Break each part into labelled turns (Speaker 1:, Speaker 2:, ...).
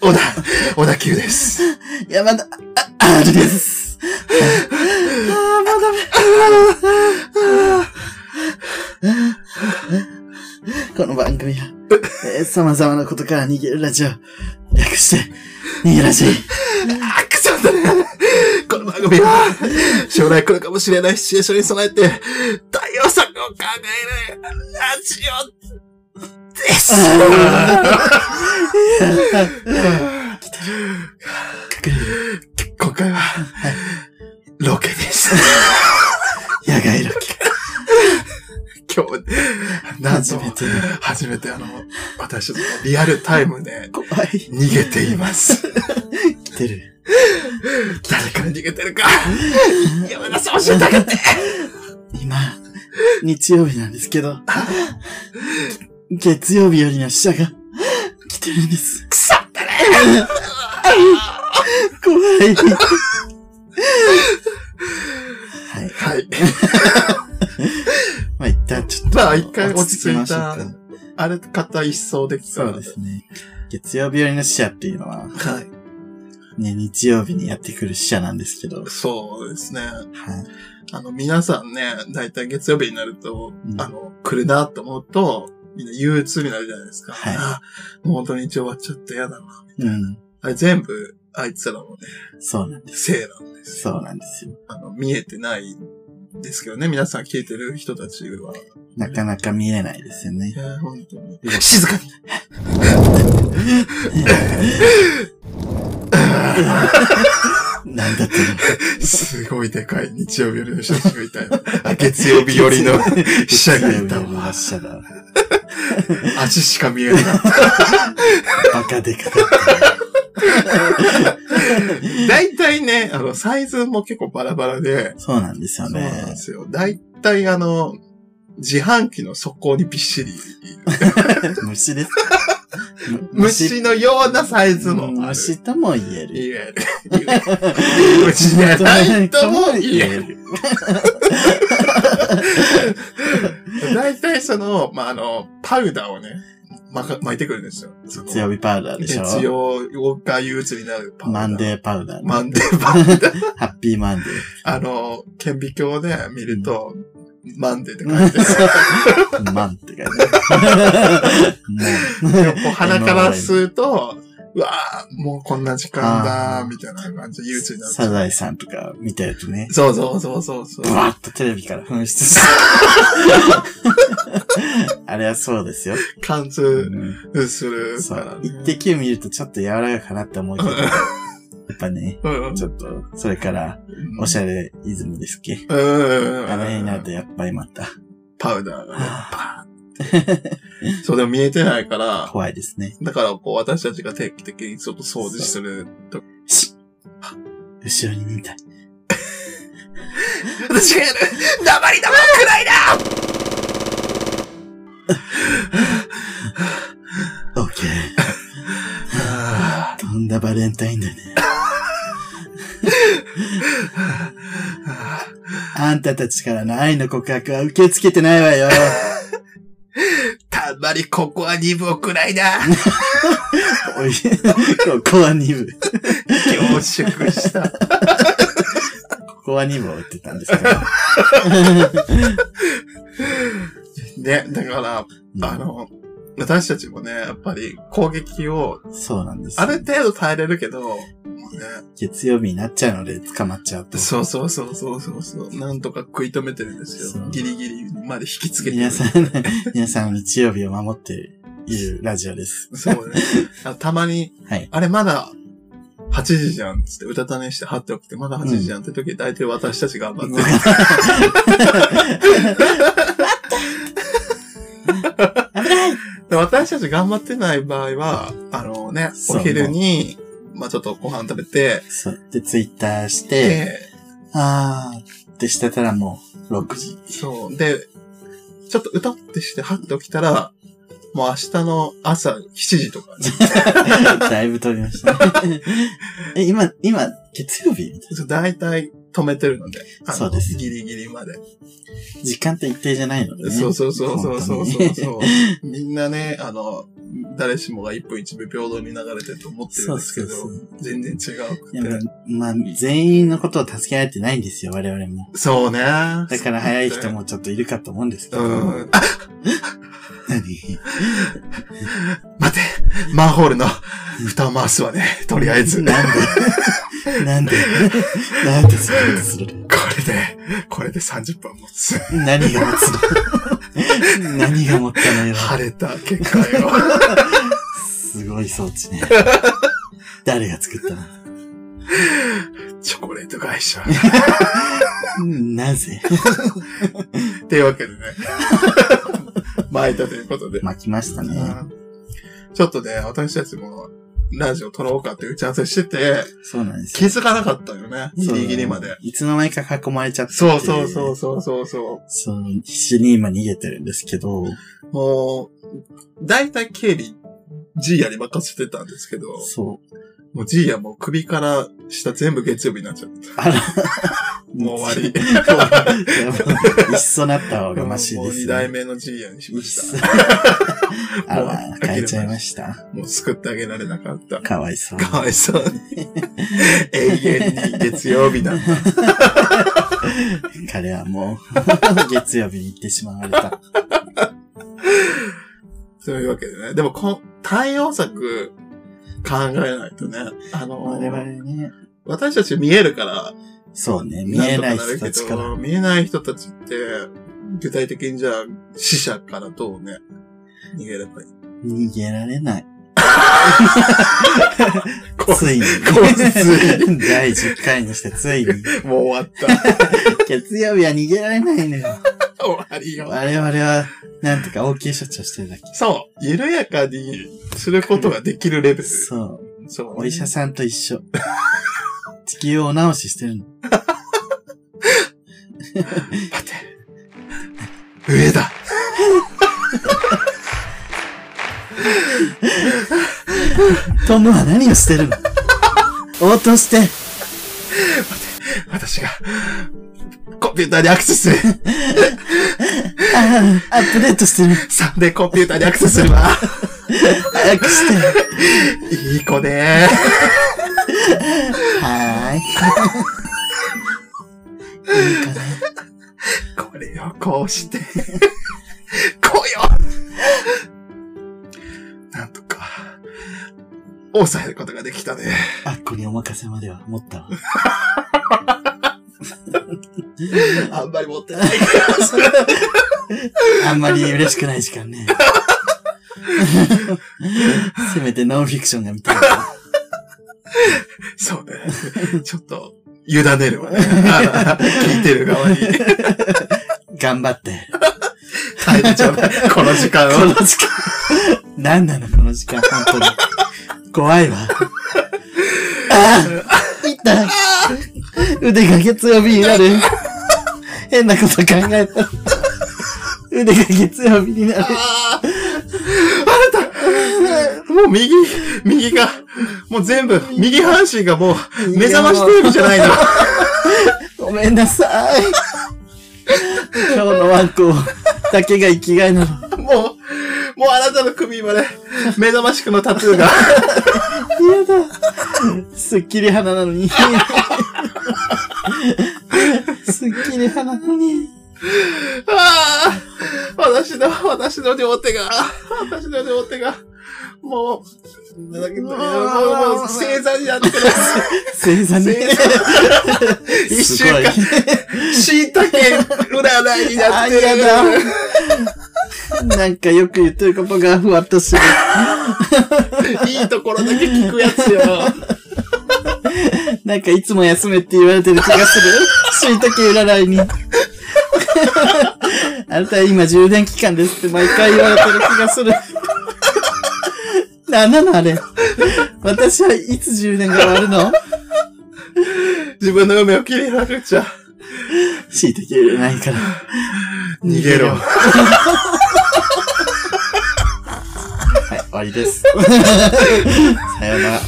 Speaker 1: 小田、小田急です。
Speaker 2: 山田、あ、ありです。あまだこの番組は、えー様々なことから逃げるラジオ。略して、逃げラジ。
Speaker 1: あ、くそだね。この番組は、将来来るかもしれないシチュエーションに備えて、対応策を考えるラジオです。今回は、ロケです。
Speaker 2: 野外ロケ。
Speaker 1: 今日、なん
Speaker 2: 初
Speaker 1: と
Speaker 2: め、て。
Speaker 1: 初めてあの、私、ちょっとリアルタイムで、
Speaker 2: 怖い。
Speaker 1: 逃げています。
Speaker 2: 来てる。
Speaker 1: 誰から逃げてるか、山田さん教えてあげて。
Speaker 2: 今、日曜日なんですけど、月曜日よりの死者が来てるんです。
Speaker 1: くそったね。
Speaker 2: 怖い。はい。
Speaker 1: はい。
Speaker 2: まあ一旦ちょっと。
Speaker 1: まあ一回落ち着いた
Speaker 2: 落ち着きましょうか
Speaker 1: あれ、方一層できた
Speaker 2: そ
Speaker 1: ら
Speaker 2: うですね。月曜日よりの死者っていうの
Speaker 1: は
Speaker 2: は、
Speaker 1: い。
Speaker 2: ね、日曜日にやってくる死者なんですけど、はい。
Speaker 1: そうですね。あの、皆さんね、だいたい月曜日になると、
Speaker 2: うん
Speaker 1: あの、来るなと思うと、みんな憂鬱になるじゃないですか。
Speaker 2: はい
Speaker 1: あもう土日終わっちゃって嫌だな。
Speaker 2: うん。
Speaker 1: あれ全部、あいつらのね、
Speaker 2: そうなんです。
Speaker 1: せいなんです。
Speaker 2: そうなんですよ。
Speaker 1: あの、見えてないんですけどね、皆さん聞いてる人たちは。
Speaker 2: なかなか見えないですよ
Speaker 1: い
Speaker 2: ね。
Speaker 1: や、本当に。
Speaker 2: うん
Speaker 1: 静かに
Speaker 2: なんだって の
Speaker 1: すごいでかい日曜日よりの人たちがいたよ。 あ 月曜日よりの死者がいた
Speaker 2: 月曜日よりの
Speaker 1: わ。
Speaker 2: 死者だ。
Speaker 1: 足しか見えない。
Speaker 2: バカでかかった。
Speaker 1: 大体ね、あの、サイズも結構バラバラで、
Speaker 2: そうなんですよ
Speaker 1: そうなんで
Speaker 2: ね。
Speaker 1: すよ。大体あの、自販機の底にびっしり、
Speaker 2: 虫です。
Speaker 1: 虫のようなサイズもある。
Speaker 2: 虫とも言え
Speaker 1: 言
Speaker 2: る。
Speaker 1: える。 虫じゃないとも言える。
Speaker 2: る。
Speaker 1: 大体その、まあ、あの、パウダーをね、まか、巻いてくるんですよ。その
Speaker 2: 月曜日パウダーでしょ
Speaker 1: 月曜が憂鬱になるパウダー。
Speaker 2: マンデーパウダーね。
Speaker 1: マンデーパウダー。
Speaker 2: ハッピーマンデー。
Speaker 1: あの、顕微鏡で見ると、マンデーって書いてある。
Speaker 2: マンって書いて ある。も
Speaker 1: でもこう鼻から吸うと、うわあもうこんな時間だ
Speaker 2: あー
Speaker 1: みたいな感じで憂鬱になる。
Speaker 2: サザエさんとか見てるとね、
Speaker 1: そうそうそうそうそう。
Speaker 2: ブワッとテレビから噴出す る。あれはそうですよ。
Speaker 1: 貫
Speaker 2: う
Speaker 1: 通
Speaker 2: ん、
Speaker 1: する
Speaker 2: そ
Speaker 1: から
Speaker 2: う。
Speaker 1: ね。
Speaker 2: 一滴見るとちょっと柔らかかなって思うけど、やっぱね、
Speaker 1: うんうん
Speaker 2: ちょっと、それから、おしゃれイズムですっけ。
Speaker 1: うんうんうん。
Speaker 2: あの辺になるとやっぱりまた、
Speaker 1: パウダーがね、パーンって。そう、でも見えてないから、
Speaker 2: 怖いですね。
Speaker 1: だからこう私たちが定期的にちょっと掃除すると。
Speaker 2: 後ろに見たい。
Speaker 1: 私がやる黙り黙くないな
Speaker 2: オーケー。とんだバレンタインだね。あんたたちからの愛の告白は受け付けてないわよ。
Speaker 1: たまにここは2分くらい な
Speaker 2: おい、ここは2部。
Speaker 1: 凝縮した。
Speaker 2: ここは2部を打ってたん ですけど。
Speaker 1: ね、だから、あの、私たちもね、やっぱり攻撃を、
Speaker 2: そうなんです。
Speaker 1: ある程度耐えれるけど、もうね、
Speaker 2: 月曜日になっちゃうので捕まっちゃうと。
Speaker 1: そうそうそうそうそうそう、なんとか食い止めてるんです
Speaker 2: そ
Speaker 1: よ。
Speaker 2: う
Speaker 1: ギリギリまで引きつけてる
Speaker 2: 皆。さん、 皆さん日曜日を守っているラジオです。
Speaker 1: そう ね。あたまに、
Speaker 2: はい
Speaker 1: あれまだ、8時じゃんっつって、うたた寝して貼っておくて、まだ8時じゃんって時、大体私たちが頑張 ってる。で私たち頑張ってない場合は、あのね、
Speaker 2: そ
Speaker 1: お
Speaker 2: う
Speaker 1: 昼に、まあちょっとご飯食べて、
Speaker 2: そう。で、ツイッターして、
Speaker 1: で、
Speaker 2: あーってしてたらもう6時。
Speaker 1: そう。で、ちょっと歌ってして、はって起きたら、もう明日の朝7時とか、
Speaker 2: だいぶ飛びましたね。 え、今、今、月曜日みたい
Speaker 1: だいたい止めてるので、あの
Speaker 2: そうです
Speaker 1: ギリギリまで。
Speaker 2: な時間って一定じゃないのでね。
Speaker 1: そうそうそうそうそう
Speaker 2: 本
Speaker 1: そう
Speaker 2: 当に
Speaker 1: そう。みんなね、あの、誰しもが1分1秒平等に流れてると思ってるんですけど、
Speaker 2: そうそう
Speaker 1: 全然違うく
Speaker 2: いや
Speaker 1: て。
Speaker 2: まあ、全員のことを助け合えてないんですよ、我々も。
Speaker 1: そうね。
Speaker 2: だから早い人もちょっといるかと思うんですけど。
Speaker 1: うん。
Speaker 2: 何
Speaker 1: 待て、マンホールの蓋を回すわね。とりあえず。こ
Speaker 2: なんで なんでなんでそんなことするの
Speaker 1: れで、これで30分持つ。
Speaker 2: 何が持つの何が持ったのよ。
Speaker 1: 晴れた結果よ。
Speaker 2: すごい装 置ね。誰が作ったの
Speaker 1: チョコレート会社。
Speaker 2: なぜ
Speaker 1: っていうわけでね。 巻いたということで。
Speaker 2: 巻きましたね。
Speaker 1: うんちょっとね、私たちもラジオ撮ろうかって打ち合わせしてて、
Speaker 2: そうなんです
Speaker 1: 気づかなかったよね。ギ
Speaker 2: そう
Speaker 1: リギリまで。
Speaker 2: いつの間にか囲まれちゃって。
Speaker 1: そうそうそうそうそうそ
Speaker 2: そう。必死に今逃げてるんですけど、
Speaker 1: う。もう、だいたい警備、ジーヤに任せてたんですけど、
Speaker 2: そう。
Speaker 1: もうジーヤもう首から下全部月曜日になっちゃった。
Speaker 2: あら。
Speaker 1: もう終わ り。
Speaker 2: もういやもういっそなった方がマシ
Speaker 1: もう
Speaker 2: です、
Speaker 1: 二代目のジーヤにし
Speaker 2: い
Speaker 1: ま
Speaker 2: っ
Speaker 1: し
Speaker 2: そ
Speaker 1: た。。
Speaker 2: あら、変えちゃいました。
Speaker 1: もう救ってあげられなかった。
Speaker 2: かわいそう。
Speaker 1: かわいそうに。永遠に月曜日だ。
Speaker 2: 彼はもう、 月曜日に行ってしまわれた。
Speaker 1: そういうわけでね。でもこ、対応策考えないとね。あの
Speaker 2: 我々、ね。
Speaker 1: 私たち見えるから、
Speaker 2: そうね、見えない
Speaker 1: んと
Speaker 2: 人たちか
Speaker 1: な
Speaker 2: ら。
Speaker 1: るけど見えない人たちって、具体的にじゃあ、死者からどうね、逃げればいい。
Speaker 2: 逃げられない。
Speaker 1: こ
Speaker 2: ついに
Speaker 1: こつ。
Speaker 2: 第10回にしてついに。
Speaker 1: うもう終わった。
Speaker 2: 月曜日は逃げられないのよ。
Speaker 1: 終わりよ。
Speaker 2: 我々は、なんとか応急処置をしてるだけ。
Speaker 1: そう。緩やかにすることができるレベル。そ
Speaker 2: そう。
Speaker 1: う。
Speaker 2: お医者さんと一緒。地球をお直ししてるの。
Speaker 1: 待て。上だ。
Speaker 2: トムは何をしてるの応答して
Speaker 1: 私が、コンピューターにアクセスする。
Speaker 2: ああ、アップデートしてる
Speaker 1: サンデーコンピューターにアクセスするわ。
Speaker 2: 早くして
Speaker 1: いい子ね
Speaker 2: はーい。
Speaker 1: これをこうして。こうよなんとか、抑えることができたね。
Speaker 2: あっこにお任せまでは思ったわ。
Speaker 1: あんまり持ってない。
Speaker 2: あんまり嬉しくない時間ね。せめてノンフィクションが見たい。
Speaker 1: そうね。ちょっと、委ねるわね。あの聞いてる側に。
Speaker 2: 頑張って。
Speaker 1: 耐えてちゃう。この時間
Speaker 2: こ
Speaker 1: を。
Speaker 2: の時間。何なのこの時間、本当に。怖いわ。ああいた腕が月曜日になる。変なこと考えた。腕が月曜日になる。
Speaker 1: あーあなた、もう右、右が、もう全部、右半身がもう、目覚ましテレビじゃないの。
Speaker 2: ごめんなさい。今日のワンコだけが生きがいなの。
Speaker 1: もう、もうあなたの首まで、目覚ましくのタトゥーが。
Speaker 2: やだ。すっきり花なのに。すっきり花なのに。
Speaker 1: ああ私の、私の両手が、私の両手が、もう、なんだけど、もう、もう、正座になってる。
Speaker 2: 星座に。
Speaker 1: 一
Speaker 2: す
Speaker 1: 週
Speaker 2: ごい
Speaker 1: 間、椎茸占いにな
Speaker 2: あ
Speaker 1: って
Speaker 2: ー、
Speaker 1: る。
Speaker 2: やだ。なんかよく言ってることがふわっとする。
Speaker 1: いいところだけ聞くやつよ。
Speaker 2: なんかいつも休めって言われてる気がする。しいたけ占いに。あなた今充電期間ですって毎回言われてる気がする。なんなのあれ。私はいつ充電が終わるの
Speaker 1: 自分の夢を切りなくちゃ。
Speaker 2: しいたけ占いから。
Speaker 1: 逃げろ。は
Speaker 2: はい、終わりです。さようなら。
Speaker 1: い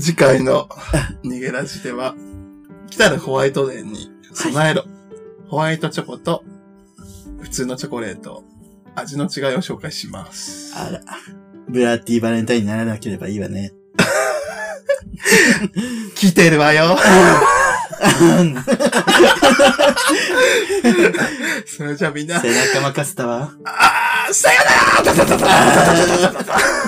Speaker 1: 次回の逃げラジでは、来たるホワイトデーに備えろ。ホワイトチョコと、普通のチョコレートを味の違いを紹介します。
Speaker 2: あら。ブラッティバレンタインにならなければいいわね。
Speaker 1: 来てるわよ。それじゃあみんな、
Speaker 2: 背中任せたわ。
Speaker 1: あー、さよなら